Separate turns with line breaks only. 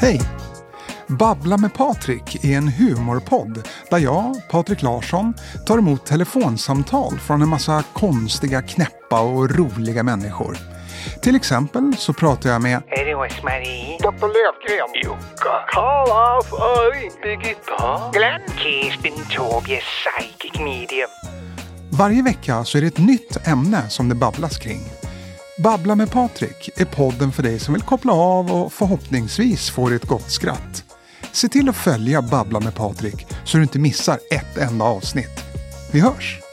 Hej! Babbla med Patrik är en humorpodd där jag, Patrik Larsson, tar emot telefonsamtal från en massa konstiga, knäppa och roliga människor. Till exempel så pratar jag med
Hej, det var Marie.
Dr Lövgren.
Jukka.
Karl af Öring. Birgitta.
Glenn Kirsten Tobias Psychic Medium.
Varje vecka så är det ett nytt ämne som det babblas kring. Babbla med Patrik är podden för dig som vill koppla av och förhoppningsvis får ett gott skratt. Se till att följa Babbla med Patrik så du inte missar ett enda avsnitt. Vi hörs!